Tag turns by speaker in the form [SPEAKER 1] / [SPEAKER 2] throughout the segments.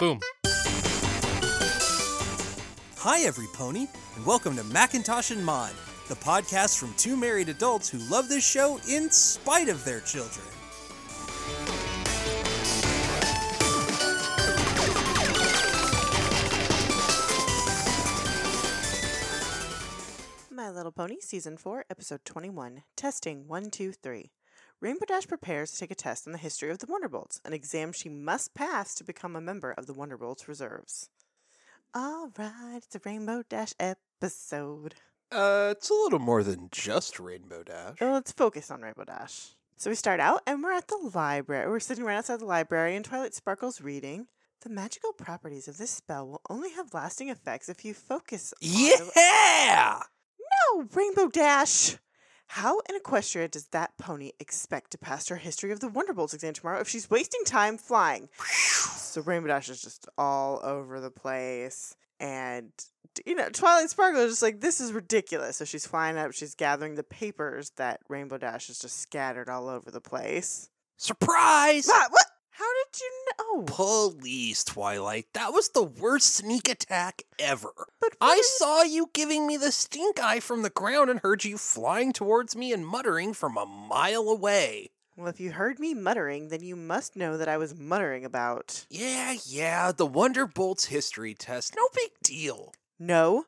[SPEAKER 1] Boom.
[SPEAKER 2] Hi, every pony, and welcome to Macintosh and Mod, the podcast from two married adults who love this show in spite of their children.
[SPEAKER 3] My Little Pony, Season 4, Episode 21, Testing 123. Rainbow Dash prepares to take a test on the history of the Wonderbolts, an exam she must pass to become a member of the Wonderbolts reserves. All right, it's a Rainbow Dash episode.
[SPEAKER 4] Uh, it's a little more than just Rainbow Dash.
[SPEAKER 3] Well, let's focus on Rainbow Dash. So we start out and we're at the library. We're sitting right outside the library and Twilight Sparkle's reading. The magical properties of this spell will only have lasting effects if you focus on the-
[SPEAKER 4] Yeah!
[SPEAKER 3] Oh, Rainbow Dash! How in Equestria does that pony expect to pass her History of the Wonderbolts exam tomorrow if she's wasting time flying? so Rainbow Dash is just all over the place. And, you know, Twilight Sparkle is just like, this is ridiculous. So she's flying up, she's gathering the papers that Rainbow Dash is just scattered all over the place.
[SPEAKER 4] Surprise!
[SPEAKER 3] Ah, what? How did you oh, know?
[SPEAKER 4] Police, Twilight. That was the worst sneak attack ever.
[SPEAKER 3] But
[SPEAKER 4] I
[SPEAKER 3] what-
[SPEAKER 4] saw you giving me the stink eye from the ground and heard you flying towards me and muttering from a mile away.
[SPEAKER 3] Well, if you heard me muttering, then you must know that I was muttering about.
[SPEAKER 4] Yeah, yeah, the Wonderbolt's history test. No big deal.
[SPEAKER 3] No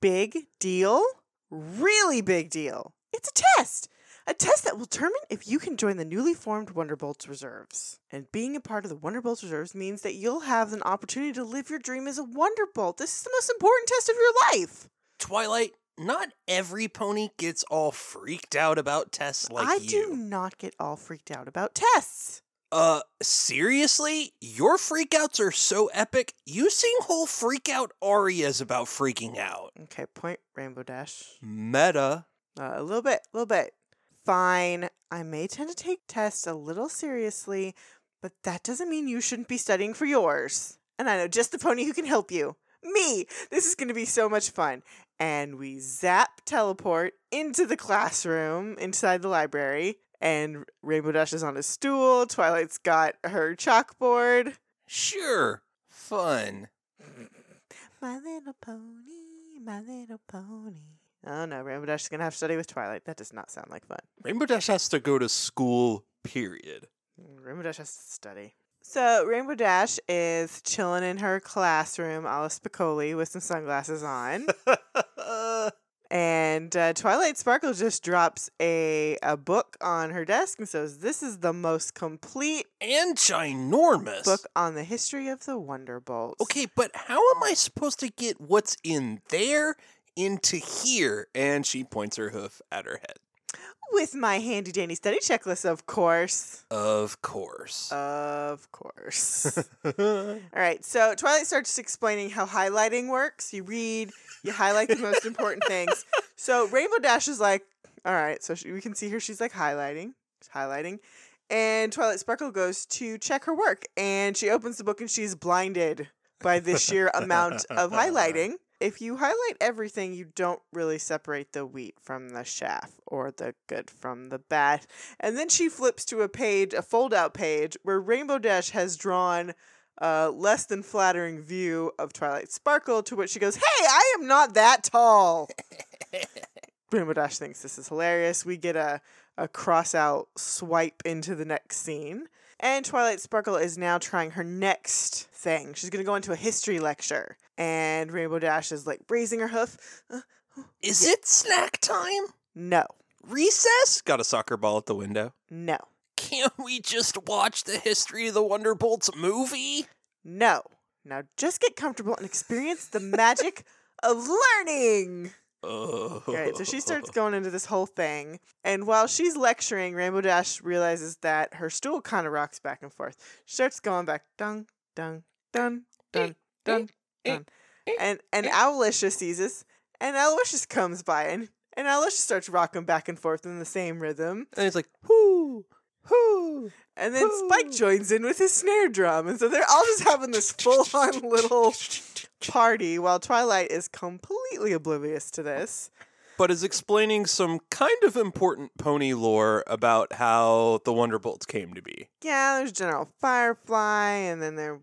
[SPEAKER 3] big deal. Really big deal. It's a test. A test that will determine if you can join the newly formed Wonderbolts Reserves. And being a part of the Wonderbolts Reserves means that you'll have an opportunity to live your dream as a Wonderbolt. This is the most important test of your life.
[SPEAKER 4] Twilight, not every pony gets all freaked out about tests like
[SPEAKER 3] I
[SPEAKER 4] you.
[SPEAKER 3] do not get all freaked out about tests.
[SPEAKER 4] Uh, seriously? Your freakouts are so epic, you sing whole freakout arias about freaking out.
[SPEAKER 3] Okay, point Rainbow Dash.
[SPEAKER 4] Meta.
[SPEAKER 3] Uh, a little bit, a little bit. Fine. I may tend to take tests a little seriously, but that doesn't mean you shouldn't be studying for yours. And I know just the pony who can help you. Me! This is going to be so much fun. And we zap teleport into the classroom inside the library. And Rainbow Dash is on a stool. Twilight's got her chalkboard.
[SPEAKER 4] Sure. Fun.
[SPEAKER 3] My little pony, my little pony. Oh no, Rainbow Dash is going to have to study with Twilight. That does not sound like fun.
[SPEAKER 4] Rainbow Dash has to go to school, period.
[SPEAKER 3] Rainbow Dash has to study. So Rainbow Dash is chilling in her classroom, Alice Piccoli, with some sunglasses on, and uh, Twilight Sparkle just drops a a book on her desk and says, "This is the most complete
[SPEAKER 4] and ginormous.
[SPEAKER 3] book on the history of the Wonderbolts."
[SPEAKER 4] Okay, but how am I supposed to get what's in there into here? And she points her hoof at her head.
[SPEAKER 3] with my handy dandy study checklist, of course,
[SPEAKER 4] Of course.
[SPEAKER 3] Uh, of course. All right, so Twilight starts explaining how highlighting works. You read, you highlight the most important things. So Rainbow Dash is like, all right, so she, we can see her. She's like highlighting, she's highlighting. And Twilight Sparkle goes to check her work, and she opens the book and she's blinded by the sheer amount of highlighting. If you highlight everything, you don't really separate the wheat from the chaff or the good from the bad. And then she flips to a page, a fold out page, where Rainbow Dash has drawn a less than flattering view of Twilight Sparkle, to which she goes, Hey, I am not that tall. Rainbow Dash thinks this is hilarious. We get a, a cross out swipe into the next scene. And Twilight Sparkle is now trying her next thing. She's going to go into a history lecture. And Rainbow Dash is like raising her hoof. Uh,
[SPEAKER 4] Is it snack time?
[SPEAKER 3] no,
[SPEAKER 4] Recess? Got a soccer ball at the window.
[SPEAKER 3] no,
[SPEAKER 4] Can't we just watch the history of the Wonderbolts movie?
[SPEAKER 3] no. Now just get comfortable and experience the magic of learning.
[SPEAKER 4] Oh.
[SPEAKER 3] All right, so she starts going into this whole thing, and while she's lecturing, Rainbow Dash realizes that her stool kind of rocks back and forth. She starts going back, dun, dun, dun, dun, dun, dun, and and Owlicious sees us, and Aloysius comes by, and and Aloysius starts rocking back and forth in the same rhythm,
[SPEAKER 4] And it's like, whoo, whoo.
[SPEAKER 3] and then Spike joins in with his snare drum, and so they're all just having this full on little party while Twilight is completely oblivious to this.
[SPEAKER 4] but is explaining some kind of important pony lore about how the Wonderbolts came to be.
[SPEAKER 3] yeah, there's General Firefly, and then there,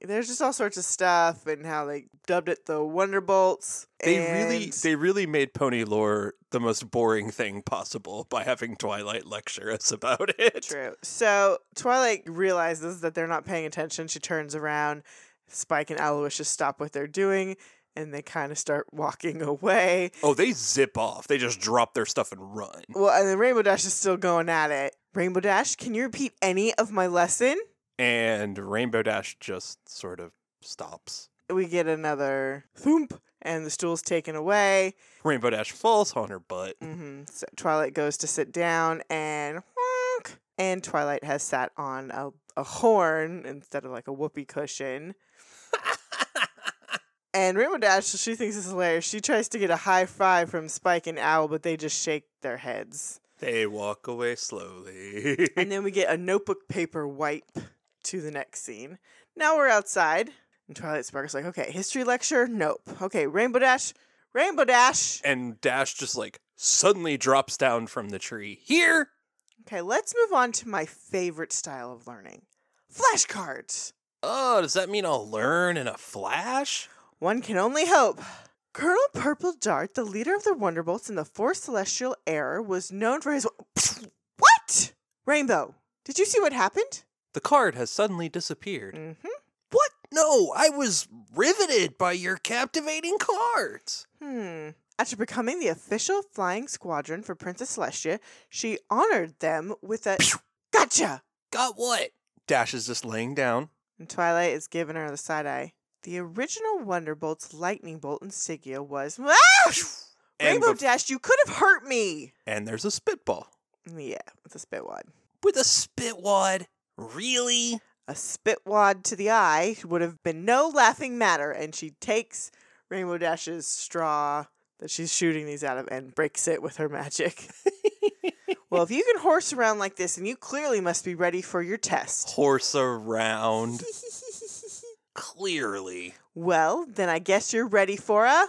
[SPEAKER 3] there's just all sorts of stuff, and how they dubbed it the Wonderbolts.
[SPEAKER 4] They really
[SPEAKER 3] and-
[SPEAKER 4] they really made pony lore the most boring thing possible by having Twilight lecture us about it.
[SPEAKER 3] True. So Twilight realizes that they're not paying attention. She turns around. Spike and Aloysius stop what they're doing and they kind of start walking away.
[SPEAKER 4] Oh, they zip off. They just drop their stuff and run.
[SPEAKER 3] Well, and then Rainbow Dash is still going at it. Rainbow Dash, can you repeat any of my lesson?
[SPEAKER 4] And Rainbow Dash just sort of stops.
[SPEAKER 3] We get another thump and the stool's taken away.
[SPEAKER 4] Rainbow Dash falls on her butt.
[SPEAKER 3] hmm So Twilight goes to sit down and honk, and Twilight has sat on a, a horn instead of like a whoopee cushion. and Rainbow Dash, she thinks it's hilarious. She tries to get a high five from Spike and Owl, but they just shake their heads.
[SPEAKER 4] They walk away slowly.
[SPEAKER 3] and then we get a notebook paper wipe to the next scene. Now we're outside, and Twilight Sparkle's like, okay, history lecture? Nope. Okay, Rainbow Dash, Rainbow Dash.
[SPEAKER 4] and Dash just like suddenly drops down from the tree. Here,
[SPEAKER 3] Okay, let's move on to my favorite style of learning flashcards.
[SPEAKER 4] Oh, does that mean I'll learn in a flash?
[SPEAKER 3] One can only hope. Colonel Purple Dart, the leader of the Wonderbolts in the Fourth Celestial Era, was known for his. What? Rainbow, did you see what happened?
[SPEAKER 4] The card has suddenly disappeared.
[SPEAKER 3] Mm hmm.
[SPEAKER 4] What? No, I was riveted by your captivating cards.
[SPEAKER 3] Hmm. After becoming the official flying squadron for Princess Celestia, she honored them with a gotcha.
[SPEAKER 4] Got what? Dash is just laying down.
[SPEAKER 3] And Twilight is giving her the side eye. The original Wonderbolt's lightning bolt insignia was Ah!
[SPEAKER 4] And,
[SPEAKER 3] Rainbow
[SPEAKER 4] bef-
[SPEAKER 3] Dash. You could have hurt me.
[SPEAKER 4] and there's a spitball.
[SPEAKER 3] Yeah, with a spit wad.
[SPEAKER 4] With a spit wad? Really?
[SPEAKER 3] A spit wad to the eye would have been no laughing matter. And she takes Rainbow Dash's straw that she's shooting these out of and breaks it with her magic. well, if you can horse around like this, and you clearly must be ready for your test.
[SPEAKER 4] Horse around. Clearly.
[SPEAKER 3] Well, then I guess you're ready for a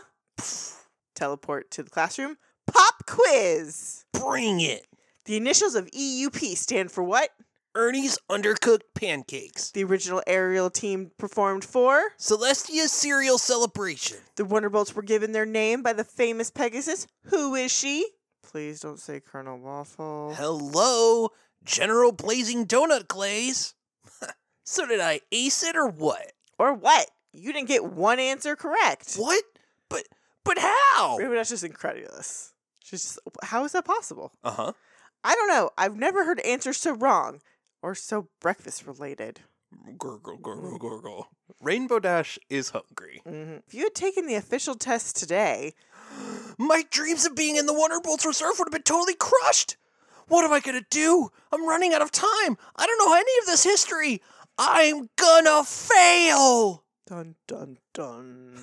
[SPEAKER 3] teleport to the classroom pop quiz.
[SPEAKER 4] Bring it.
[SPEAKER 3] The initials of EUP stand for what?
[SPEAKER 4] Ernie's undercooked pancakes.
[SPEAKER 3] The original aerial team performed for.
[SPEAKER 4] Celestia's cereal celebration.
[SPEAKER 3] The Wonderbolts were given their name by the famous Pegasus. Who is she? Please don't say Colonel Waffle.
[SPEAKER 4] Hello, General Blazing Donut Glaze. so did I ace it or what?
[SPEAKER 3] Or what? You didn't get one answer correct.
[SPEAKER 4] What? But but how?
[SPEAKER 3] Maybe that's just incredulous. She's just, how is that possible?
[SPEAKER 4] Uh huh.
[SPEAKER 3] I don't know. I've never heard answers so wrong or so breakfast related.
[SPEAKER 4] Gurgle
[SPEAKER 3] Mm-hmm.
[SPEAKER 4] gurgle gurgle. Rainbow Dash is hungry.
[SPEAKER 3] Mhm. If you had taken the official test today,
[SPEAKER 4] My dreams of being in the Wonderbolts Reserve would have been totally crushed. What am I gonna do? I'm running out of time. I don't know any of this history. I'm gonna fail.
[SPEAKER 3] dun dun dun.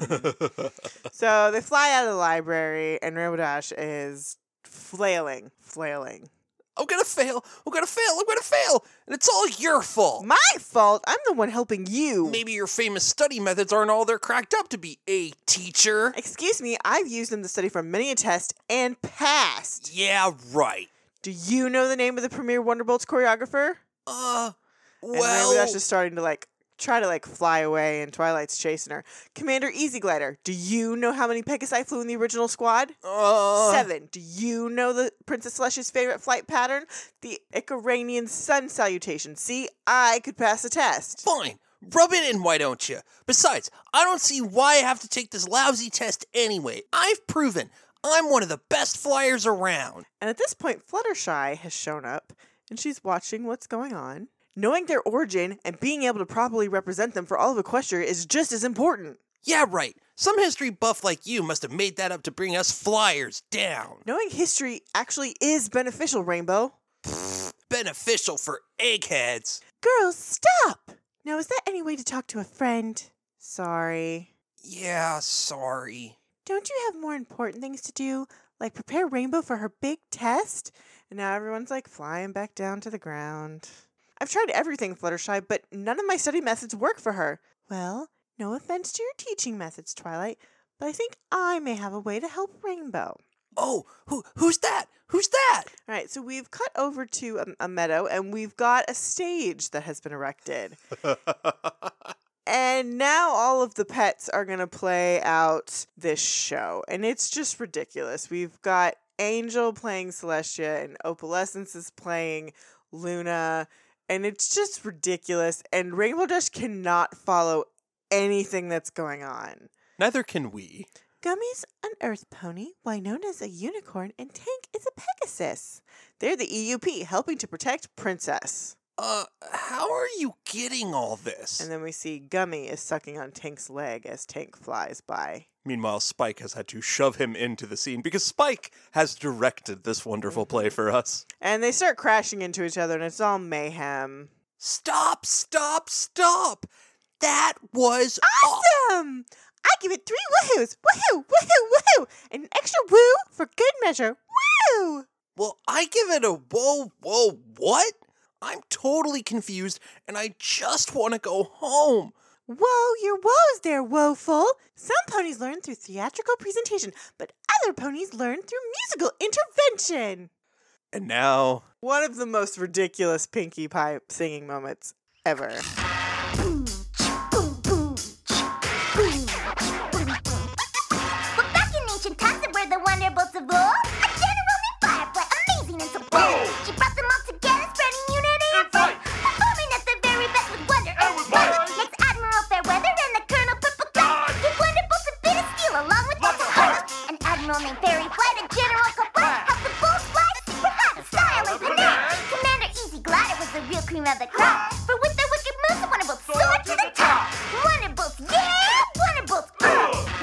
[SPEAKER 3] so they fly out of the library, and Rainbow Dash is flailing, flailing.
[SPEAKER 4] I'm gonna fail. I'm gonna fail. I'm gonna fail. And it's all your fault.
[SPEAKER 3] My fault. I'm the one helping you.
[SPEAKER 4] Maybe your famous study methods aren't all they're cracked up to be, a teacher.
[SPEAKER 3] Excuse me, I've used them to study for many a test and passed.
[SPEAKER 4] Yeah, right.
[SPEAKER 3] Do you know the name of the premier Wonderbolts choreographer?
[SPEAKER 4] Uh,
[SPEAKER 3] and Rainbow
[SPEAKER 4] well,
[SPEAKER 3] Dash is starting to like try to like fly away, and Twilight's chasing her. Commander Easy Glider, do you know how many Pegasi flew in the original squad?
[SPEAKER 4] uh,
[SPEAKER 3] Seven. Do you know the Princess Celestia's favorite flight pattern? The Icaranian sun salutation. See, I could pass the test.
[SPEAKER 4] Fine. Rub it in, why don't you? Besides, I don't see why I have to take this lousy test anyway. I've proven I'm one of the best flyers around.
[SPEAKER 3] And at this point, Fluttershy has shown up and she's watching what's going on. Knowing their origin and being able to properly represent them for all of Equestria is just as important.
[SPEAKER 4] Yeah, right. Some history buff like you must have made that up to bring us flyers down.
[SPEAKER 3] Knowing history actually is beneficial, Rainbow.
[SPEAKER 4] Beneficial for eggheads.
[SPEAKER 3] Girls, stop! Now, is that any way to talk to a friend? Sorry.
[SPEAKER 4] Yeah, sorry.
[SPEAKER 3] Don't you have more important things to do, like prepare Rainbow for her big test? And now everyone's like flying back down to the ground. I've tried everything, Fluttershy, but none of my study methods work for her. Well, no offense to your teaching methods, Twilight, but I think I may have a way to help Rainbow.
[SPEAKER 5] Oh, who who's that? Who's that?
[SPEAKER 3] All right, so we've cut over to a, a meadow and we've got a stage that has been erected. and now all of the pets are going to play out this show. And it's just ridiculous. We've got Angel playing Celestia and Opalescence is playing Luna. And it's just ridiculous. And Rainbow Dash cannot follow anything that's going on.
[SPEAKER 4] Neither can we.
[SPEAKER 3] Gummy's an earth pony, Winona's a unicorn, and Tank is a Pegasus. They're the EUP helping to protect Princess.
[SPEAKER 5] Uh, how are you getting all this?
[SPEAKER 3] And then we see Gummy is sucking on Tank's leg as Tank flies by.
[SPEAKER 4] Meanwhile, Spike has had to shove him into the scene because Spike has directed this wonderful play
[SPEAKER 3] Mm-hmm.
[SPEAKER 4] for us.
[SPEAKER 3] And they start crashing into each other, and it's all mayhem.
[SPEAKER 5] stop! Stop! Stop! That was aw-
[SPEAKER 3] Awesome! I give it three woohoos! Woohoo! Woohoo! Woohoo! And an extra woo for good measure. Woo!
[SPEAKER 5] Well, I give it a whoa, whoa, what? I'm totally confused, and I just want to go home.
[SPEAKER 3] Whoa, your woes there, woeful. Some ponies learn through theatrical presentation, but other ponies learn through musical intervention.
[SPEAKER 4] And now,
[SPEAKER 3] One of the most ridiculous Pinkie Pie singing moments ever.
[SPEAKER 1] We're back in ancient times and where the Wonderbolts of old. A general named Firefly, amazing and so bold. She brought them all together, spreading unity and fight. Performing at their very best with wonder and with might. Next Admiral Fairweather and the Colonel Purple Dot. With Wonderbolts of bit of steel along with lots of heart. An Admiral named Fairy Flight, a General Kabutt. Helped the bold fly super hot and style and banana. Commander Easy Glider was the real cream of the crop. For with their wicked moves, the Wonderbolts soared to the top. Wonderbolts, yeah! Wonderbolts, uh!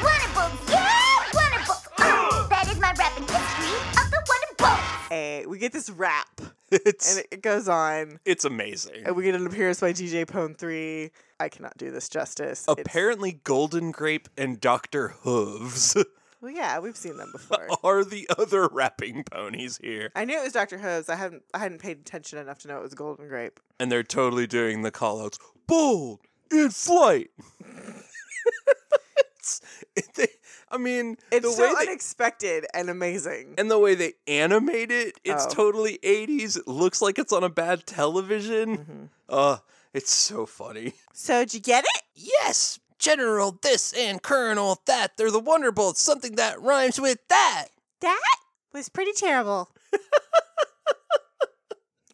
[SPEAKER 1] Wonderbolts, yeah! Wonderbolts, uh! That is my rap in history of the Wonderbolts.
[SPEAKER 3] Hey, we get this rap,
[SPEAKER 4] it's
[SPEAKER 3] and it- it goes on.
[SPEAKER 4] it's amazing.
[SPEAKER 3] And we get an appearance by DJ Pone 3. I cannot do this justice. It's-
[SPEAKER 4] Apparently, Golden Grape and Doctor Hooves
[SPEAKER 3] well, yeah, we've seen them before.
[SPEAKER 4] are the other rapping ponies here,
[SPEAKER 3] I knew it was Dr. Hooves. I hadn't I hadn't paid attention enough to know it was Golden Grape.
[SPEAKER 4] and they're totally doing the callouts. Bold in flight. it's, it- they, I mean,
[SPEAKER 3] It's
[SPEAKER 4] the
[SPEAKER 3] so
[SPEAKER 4] way they,
[SPEAKER 3] unexpected and amazing.
[SPEAKER 4] and the way they animate it, it's
[SPEAKER 3] Oh.
[SPEAKER 4] totally 80s. It looks like it's on a bad television.
[SPEAKER 3] Mm-hmm.
[SPEAKER 4] Uh, it's so funny.
[SPEAKER 3] so, did you get it?
[SPEAKER 5] Yes, General this and Colonel that. They're the Wonderbolts, something that rhymes with that.
[SPEAKER 3] That was pretty terrible.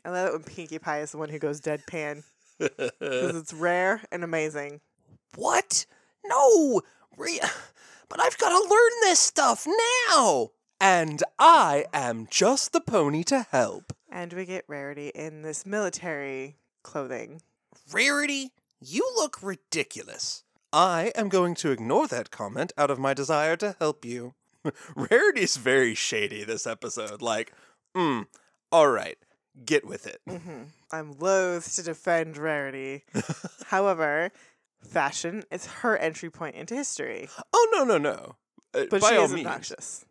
[SPEAKER 3] I love it when Pinkie Pie is the one who goes deadpan because it's rare and amazing.
[SPEAKER 5] What? No! Re- but I've got to learn this stuff now!
[SPEAKER 4] And I am just the pony to help.
[SPEAKER 3] And we get Rarity in this military clothing.
[SPEAKER 5] Rarity, you look ridiculous.
[SPEAKER 4] I am going to ignore that comment out of my desire to help you. Rarity's very shady this episode. Like, mm, all right, get with it.
[SPEAKER 5] Mm.
[SPEAKER 3] I'm loath to defend Rarity. However, fashion is her entry point into history,
[SPEAKER 4] Oh, no, no, no. Uh,
[SPEAKER 3] but
[SPEAKER 4] by
[SPEAKER 3] she
[SPEAKER 4] all
[SPEAKER 3] is
[SPEAKER 4] means.
[SPEAKER 3] obnoxious.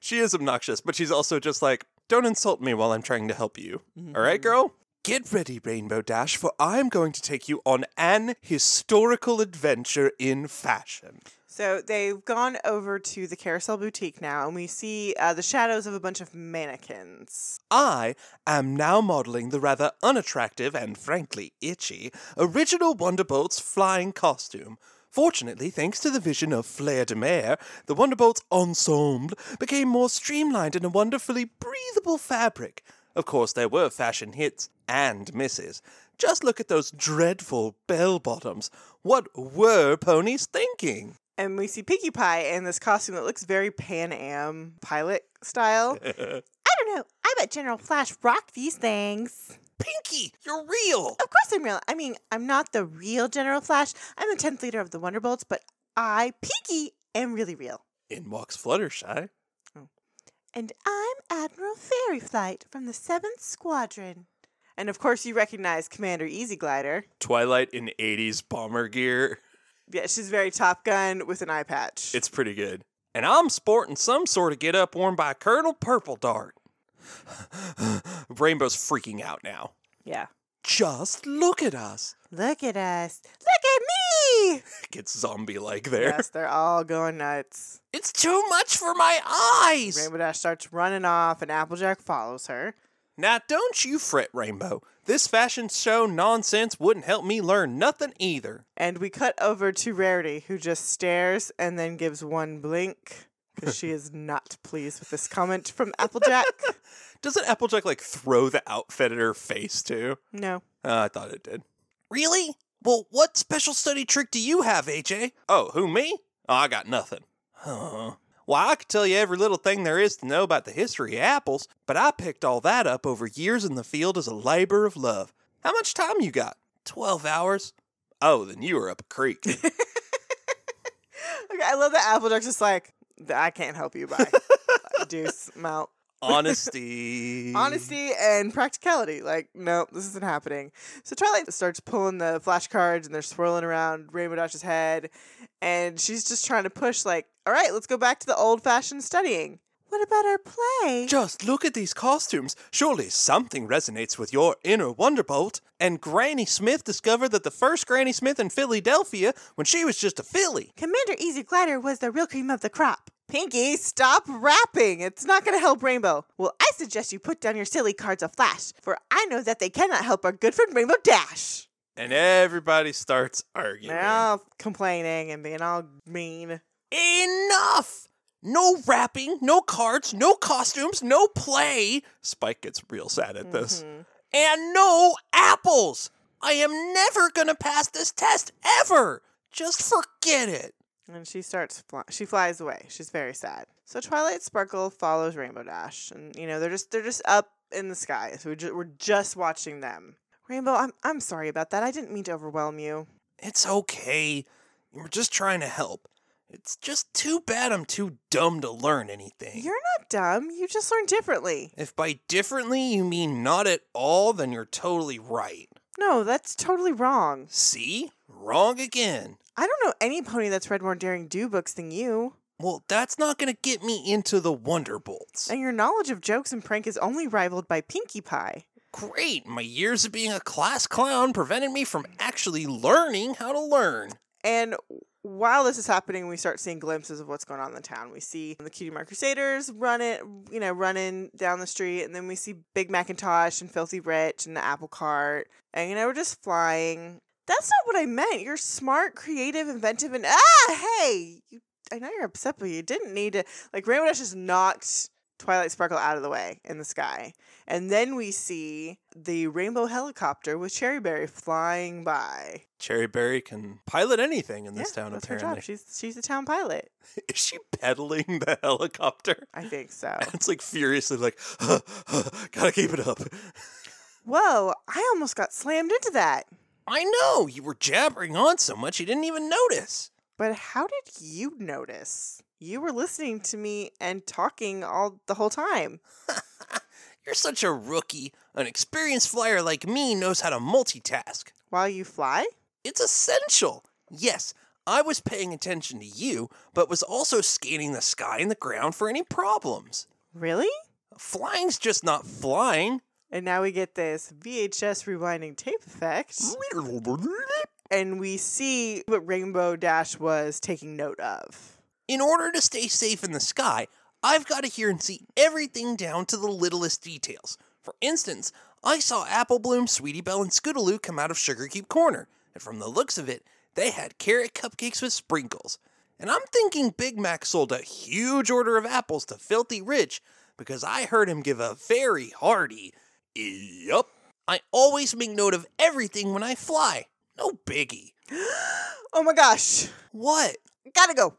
[SPEAKER 4] she is obnoxious, but she's also just like, don't insult me while I'm trying to help you. All right, girl? Get ready, Rainbow Dash, for I'm going to take you on an historical adventure in fashion.
[SPEAKER 3] So they've gone over to the Carousel Boutique now, and we see uh, the shadows of a bunch of mannequins.
[SPEAKER 4] I am now modeling the rather unattractive and frankly itchy original Wonderbolt's flying costume. Fortunately, thanks to the vision of Flair de Mer, the Wonderbolt's ensemble became more streamlined in a wonderfully breathable fabric. Of course, there were fashion hits and misses. Just look at those dreadful bell bottoms. What were ponies thinking?
[SPEAKER 3] and we see Pinkie Pie in this costume that looks very Pan Am pilot style. I don't know. I bet General Flash rocked these things.
[SPEAKER 5] Pinky, you're real!
[SPEAKER 3] Of course I'm real. I mean, I'm not the real General Flash. I'm the 10th leader of the Wonderbolts, but I, Pinkie, am really real.
[SPEAKER 4] In walks Fluttershy.
[SPEAKER 3] And I'm Admiral Fairyflight from the 7th Squadron. And of course, you recognize Commander Easy Glider.
[SPEAKER 4] Twilight in 80s bomber gear.
[SPEAKER 3] Yeah, she's very Top Gun with an eye patch.
[SPEAKER 4] It's pretty good. And I'm sporting some sort of get up worn by Colonel Purple Dart. Rainbow's freaking out now.
[SPEAKER 3] yeah.
[SPEAKER 4] Just look at us.
[SPEAKER 3] Look at us. Look at zombie.
[SPEAKER 2] Gets zombie like there.
[SPEAKER 3] yes, they're all going nuts.
[SPEAKER 4] It's too much for my eyes.
[SPEAKER 3] Rainbow Dash starts running off, and Applejack follows her.
[SPEAKER 2] Now, don't you fret, Rainbow. This fashion show nonsense wouldn't help me learn nothing either.
[SPEAKER 3] And we cut over to Rarity, who just stares and then gives one blink because she is not pleased with this comment from Applejack.
[SPEAKER 2] Doesn't Applejack like throw the outfit at her face too?
[SPEAKER 3] no.
[SPEAKER 2] Uh, I thought it did.
[SPEAKER 4] Really? Well, what special study trick do you have, AJ?
[SPEAKER 2] Oh, who me? Oh, I got nothing. Huh. Well, I could tell you every little thing there is to know about the history of apples, but I picked all that up over years in the field as a labor of love. How much time you got? Twelve hours. Oh, then you were up a creek.
[SPEAKER 3] Okay, I love that Applejack's just like, I can't help you by deuce, mount.
[SPEAKER 2] Honesty.
[SPEAKER 3] honesty and practicality. Like, no, this isn't happening. So Twilight starts pulling the flashcards and they're swirling around Rainbow Dash's head, and she's just trying to push, like, all right, let's go back to the old fashioned studying. What about our play?
[SPEAKER 2] Just look at these costumes. Surely something resonates with your inner Wonderbolt. And Granny Smith discovered that the first Granny Smith in Philadelphia when she was just a filly.
[SPEAKER 3] Commander Easy Glider was the real cream of the crop. Pinky, stop rapping. It's not going to help Rainbow. Well, I suggest you put down your silly cards of flash, for I know that they cannot help our good friend Rainbow Dash.
[SPEAKER 2] And everybody starts arguing.
[SPEAKER 3] They're all complaining and being all mean.
[SPEAKER 4] Enough! No rapping, no cards, no costumes, no play,
[SPEAKER 2] Spike gets real sad at this.
[SPEAKER 4] and no apples! I am never gonna pass this test ever! Just forget it!
[SPEAKER 3] And she starts, fly- she flies away. She's very sad. So Twilight Sparkle follows Rainbow Dash, and you know they're just they're just up in the sky. So we're just, we're just watching them. Rainbow, I'm I'm sorry about that. I didn't mean to overwhelm you.
[SPEAKER 4] It's okay. You were just trying to help. It's just too bad I'm too dumb to learn anything.
[SPEAKER 3] You're not dumb. You just learn differently.
[SPEAKER 4] if by differently you mean not at all, then you're totally right.
[SPEAKER 3] No, that's totally wrong.
[SPEAKER 4] See? Wrong again.
[SPEAKER 3] I don't know any pony that's read more daring do books than you.
[SPEAKER 4] Well, that's not going to get me into the Wonder Bolts.
[SPEAKER 3] And your knowledge of jokes and prank is only rivaled by Pinkie Pie.
[SPEAKER 4] Great, my years of being a class clown prevented me from actually learning how to learn.
[SPEAKER 3] And while this is happening, we start seeing glimpses of what's going on in the town. We see the Cutie Mark Crusaders running, you know, running down the street, and then we see Big Macintosh and Filthy Rich and the Apple Cart, and you know, we're just flying. That's not what I meant. You're smart, creative, inventive, and ah, hey, you, I know you're upset, but you didn't need to. Like Rainbow Dash just knocked Twilight Sparkle out of the way in the sky, and then we see the rainbow helicopter with Cherryberry flying by.
[SPEAKER 2] Cherryberry can pilot anything in this
[SPEAKER 3] Yeah,
[SPEAKER 2] town,
[SPEAKER 3] that's her
[SPEAKER 2] apparently.
[SPEAKER 3] job. She's she's the town pilot.
[SPEAKER 2] Is she pedaling the helicopter?
[SPEAKER 3] I think so.
[SPEAKER 2] It's like furiously, like, gotta keep it up.
[SPEAKER 3] Whoa, I almost got slammed into that.
[SPEAKER 4] I know, you were jabbering on so much you didn't even notice.
[SPEAKER 3] But how did you notice? You were listening to me and talking all the whole time.
[SPEAKER 4] You're such a rookie. An experienced flyer like me knows how to multitask.
[SPEAKER 3] While you fly?
[SPEAKER 4] It's essential. Yes, I was paying attention to you, but was also scanning the sky and the ground for any problems.
[SPEAKER 3] Really?
[SPEAKER 4] Flying's just not flying.
[SPEAKER 3] And now we get this VHS rewinding tape effect.
[SPEAKER 4] Mm.
[SPEAKER 3] And we see what Rainbow Dash was taking note of.
[SPEAKER 4] In order to stay safe in the sky, I've got to hear and see everything down to the littlest details. For instance, I saw Apple Bloom, Sweetie Belle, and Scootaloo come out of Sugar Cube Corner, and from the looks of it, they had carrot cupcakes with sprinkles. And I'm thinking Big Mac sold a huge order of apples to Filthy Rich because I heard him give a very hearty, yup. I always make note of everything when I fly. No biggie.
[SPEAKER 3] Oh my gosh,
[SPEAKER 4] What?
[SPEAKER 3] gotta go.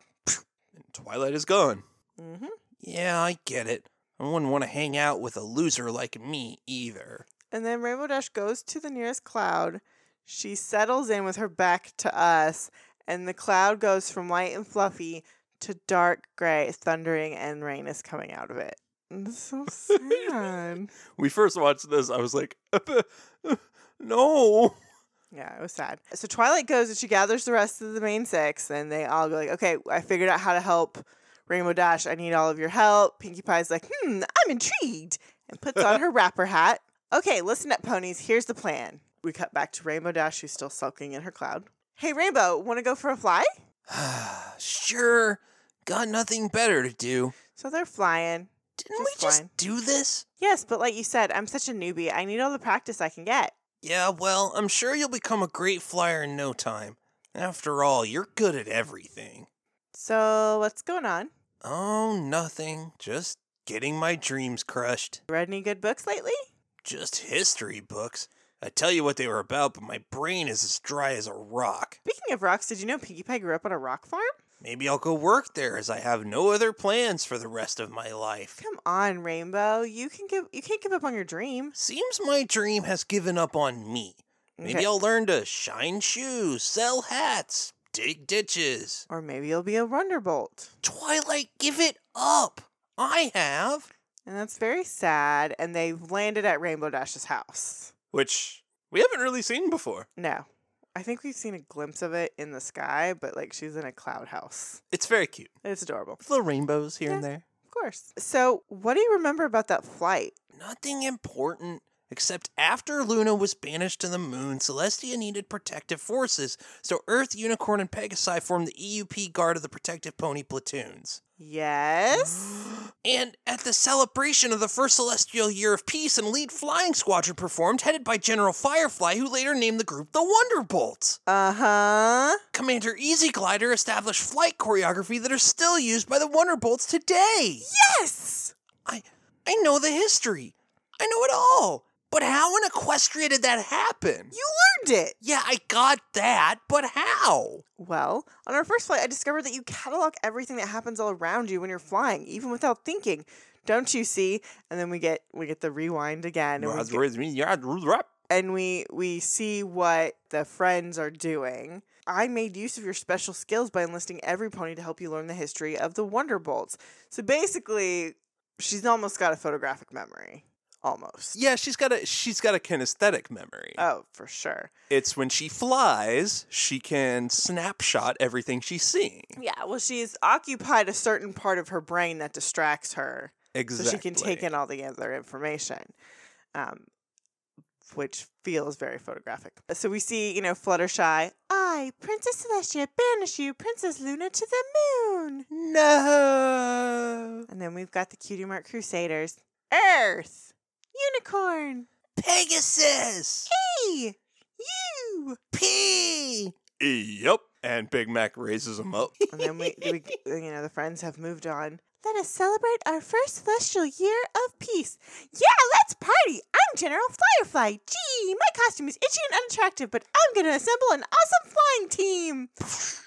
[SPEAKER 2] Twilight is gone. Mm-hmm.
[SPEAKER 3] hmm
[SPEAKER 4] Yeah, I get it. I wouldn't want to hang out with a loser like me either.
[SPEAKER 3] And then Rainbow Dash goes to the nearest cloud. She settles in with her back to us, and the cloud goes from light and fluffy to dark gray, thundering, and rain is coming out of it. And It's so sad.
[SPEAKER 2] We first watched this, I was like, no.
[SPEAKER 3] yeah, it was sad. So Twilight goes and she gathers the rest of the main six, and they all go like, "Okay, I figured out how to help Rainbow Dash. I need all of your help." Pinkie Pie's like, "Hmm, I'm intrigued," and puts on her wrapper hat. Okay, listen up, ponies. Here's the plan. We cut back to Rainbow Dash, who's still sulking in her cloud. Hey, Rainbow, want to go for a fly?
[SPEAKER 4] Sure, got nothing better to do.
[SPEAKER 3] So they're flying.
[SPEAKER 4] Didn't
[SPEAKER 3] Just
[SPEAKER 4] we just
[SPEAKER 3] fine.
[SPEAKER 4] do this?
[SPEAKER 3] Yes, but like you said, I'm such a newbie. I need all the practice I can get.
[SPEAKER 4] Yeah, well, I'm sure you'll become a great flyer in no time. After all, you're good at everything.
[SPEAKER 3] So, what's going on?
[SPEAKER 4] Oh, nothing. Just getting my dreams crushed.
[SPEAKER 3] Read any good books lately?
[SPEAKER 4] Just history books. I tell you what they were about, but my brain is as dry as a rock.
[SPEAKER 3] Speaking of rocks, did you know Pinkie Pie grew up on a rock farm?
[SPEAKER 4] Maybe I'll go work there as I have no other plans for the rest of my life.
[SPEAKER 3] Come on, Rainbow. You can give you can't give up on your dream.
[SPEAKER 4] Seems my dream has given up on me. Maybe
[SPEAKER 3] Okay.
[SPEAKER 4] I'll learn to shine shoes, sell hats, dig ditches.
[SPEAKER 3] Or maybe you'll be a Wonderbolt.
[SPEAKER 4] Twilight, give it up. I have.
[SPEAKER 3] And that's very sad. And they've landed at Rainbow Dash's house.
[SPEAKER 2] Which we haven't really seen before.
[SPEAKER 3] No. I think we've seen a glimpse of it in the sky, but like she's in a cloud house.
[SPEAKER 2] It's very cute.
[SPEAKER 3] It's adorable. Of
[SPEAKER 2] Little rainbows here
[SPEAKER 3] Yeah.
[SPEAKER 2] and there.
[SPEAKER 3] course. So, what do you remember about that flight?
[SPEAKER 4] Nothing important. Except after Luna was banished to the moon, Celestia needed protective forces, so Earth, Unicorn, and Pegasi formed the EUP Guard of the Protective Pony Platoons.
[SPEAKER 3] Yes.
[SPEAKER 4] And at the celebration of the first celestial year of peace, an elite flying squadron performed, headed by General Firefly, who later named the group the Wonderbolts.
[SPEAKER 3] Uh huh.
[SPEAKER 4] Commander Easy Glider established flight choreography that are still used by the Wonderbolts today.
[SPEAKER 3] Yes.
[SPEAKER 4] I I know the history. I know it all. But how in Equestria did that happen?
[SPEAKER 3] You learned it.
[SPEAKER 4] Yeah, I got that, but how?
[SPEAKER 3] Well, on our first flight, I discovered that you catalog everything that happens all around you when you're flying, even without thinking. Don't you see? And then we get we get the rewind again, and, we, get- and we we see what the friends are doing. I made use of your special skills by enlisting every pony to help you learn the history of the Wonderbolts. So basically, she's almost got a photographic memory, almost.
[SPEAKER 2] Yeah, she's got a she's got a kinesthetic memory.
[SPEAKER 3] Oh, for sure.
[SPEAKER 2] it's when she flies, she can snapshot everything she's seeing.
[SPEAKER 3] Yeah. Well, she's occupied a certain part of her brain that distracts her.
[SPEAKER 2] Exactly.
[SPEAKER 3] so she can take in all the other information, um, which feels very photographic. So we see, you know, Fluttershy. I, Princess Celestia, banish you, Princess Luna, to the moon.
[SPEAKER 2] No.
[SPEAKER 3] And then we've got the Cutie Mark Crusaders. Earth, Unicorn,
[SPEAKER 4] Pegasus!
[SPEAKER 3] E, you.
[SPEAKER 4] P!
[SPEAKER 2] Yep. And Big Mac raises him up.
[SPEAKER 3] And then we, we, you know, the friends have moved on. Let us celebrate our first celestial year of peace. Yeah, let's party! I'm General Firefly. Gee, my costume is itchy and unattractive, but I'm gonna assemble an awesome flying team.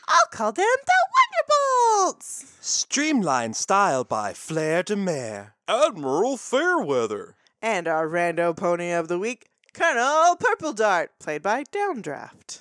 [SPEAKER 3] I'll call them the Wonderbolts.
[SPEAKER 2] Streamlined style by Flair de Mer. Admiral Fairweather.
[SPEAKER 3] And our rando pony of the week, Colonel Purple Dart, played by Downdraft.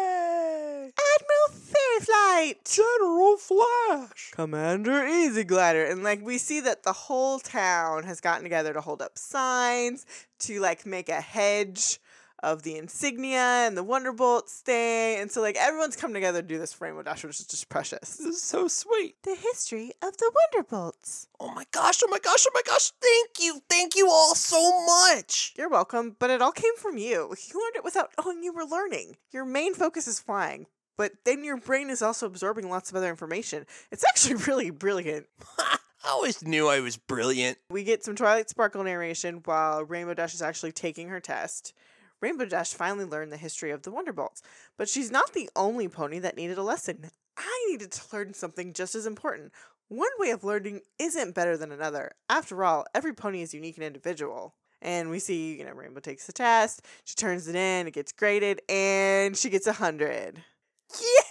[SPEAKER 2] Hey!
[SPEAKER 3] Admiral Fairflight.
[SPEAKER 2] General Flash.
[SPEAKER 3] Commander Easy Glider. And like we see that the whole town has gotten together to hold up signs, to like make a hedge of the insignia and the Wonderbolts thing. And so like everyone's come together to do this for Rainbow Dash, which is just precious.
[SPEAKER 2] This is so sweet.
[SPEAKER 3] The history of the Wonderbolts.
[SPEAKER 4] Oh my gosh, oh my gosh, oh my gosh, thank you, thank you all so much!
[SPEAKER 3] You're welcome, but it all came from you. You learned it without knowing you were learning. Your main focus is flying, but then your brain is also absorbing lots of other information. It's actually really brilliant.
[SPEAKER 4] I always knew I was brilliant.
[SPEAKER 3] We get some Twilight Sparkle narration while Rainbow Dash is actually taking her test. Rainbow Dash finally learned the history of the Wonderbolts, but she's not the only pony that needed a lesson. I needed to learn something just as important. One way of learning isn't better than another. After all, every pony is unique and individual. And we see, you know, Rainbow takes the test, she turns it in, it gets graded, and she gets a 100.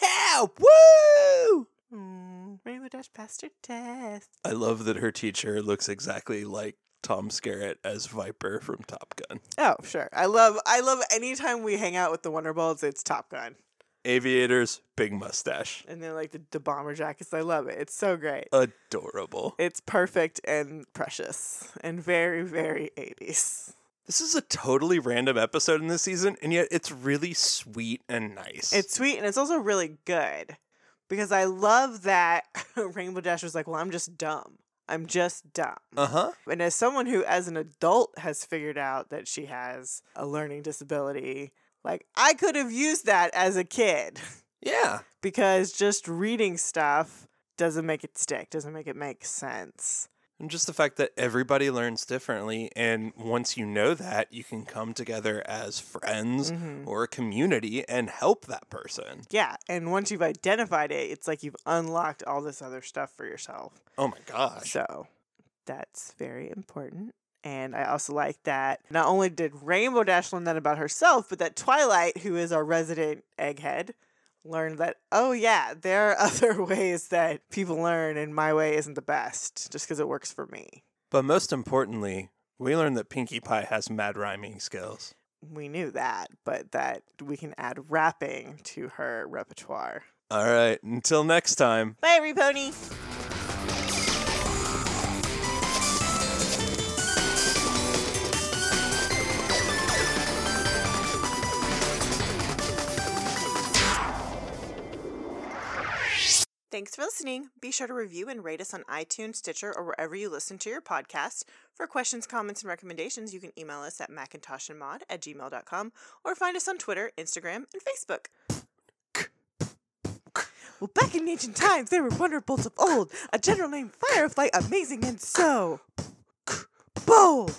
[SPEAKER 4] Yeah, woo!
[SPEAKER 3] Mm, Rainbow Dash passed her test.
[SPEAKER 2] I love that her teacher looks exactly like Tom Skerritt as Viper from Top Gun.
[SPEAKER 3] Oh, sure. I love I love anytime we hang out with the Wonderbolts, it's Top Gun.
[SPEAKER 2] Aviators, big mustache.
[SPEAKER 3] and they're like the, the bomber jackets. I love it. It's so great.
[SPEAKER 2] Adorable.
[SPEAKER 3] It's perfect and precious and very, very 80s.
[SPEAKER 2] This is a totally random episode in this season, and yet it's really sweet and nice.
[SPEAKER 3] It's sweet and it's also really good because I love that Rainbow Dash was like, well, I'm just dumb. I'm just dumb.
[SPEAKER 2] uh
[SPEAKER 4] Uh-huh.
[SPEAKER 2] huh.
[SPEAKER 3] And as someone who, as an adult, has figured out that she has a learning disability, Like I could have used that as a kid
[SPEAKER 4] Yeah.
[SPEAKER 3] because just reading stuff doesn't make it stick, doesn't make it make sense.
[SPEAKER 4] And just the fact that everybody learns differently. And once you know that, you can come together as friends or a community and help that person.
[SPEAKER 3] Yeah, and once you've identified it, it's like you've unlocked all this other stuff for yourself.
[SPEAKER 4] Oh my gosh.
[SPEAKER 3] So that's very important. And I also like that not only did Rainbow Dash learn that about herself, but that Twilight, who is our resident egghead, learned that, oh, yeah, there are other ways that people learn, and my way isn't the best just because it works for me.
[SPEAKER 4] But most importantly, we learned that Pinkie Pie has mad rhyming skills.
[SPEAKER 3] We knew that, but that we can add rapping to her repertoire.
[SPEAKER 4] All right. Until next time.
[SPEAKER 3] Bye, everypony. Thanks for listening. Be sure to review and rate us on iTunes, Stitcher, or wherever you listen to your podcast. For questions, comments, and recommendations, you can email us at macintoshandmod at gmail.com or find us on Twitter, Instagram, and Facebook. Well, back in ancient times, there were wonder bolts of old, a general named Firefly, amazing and so bold.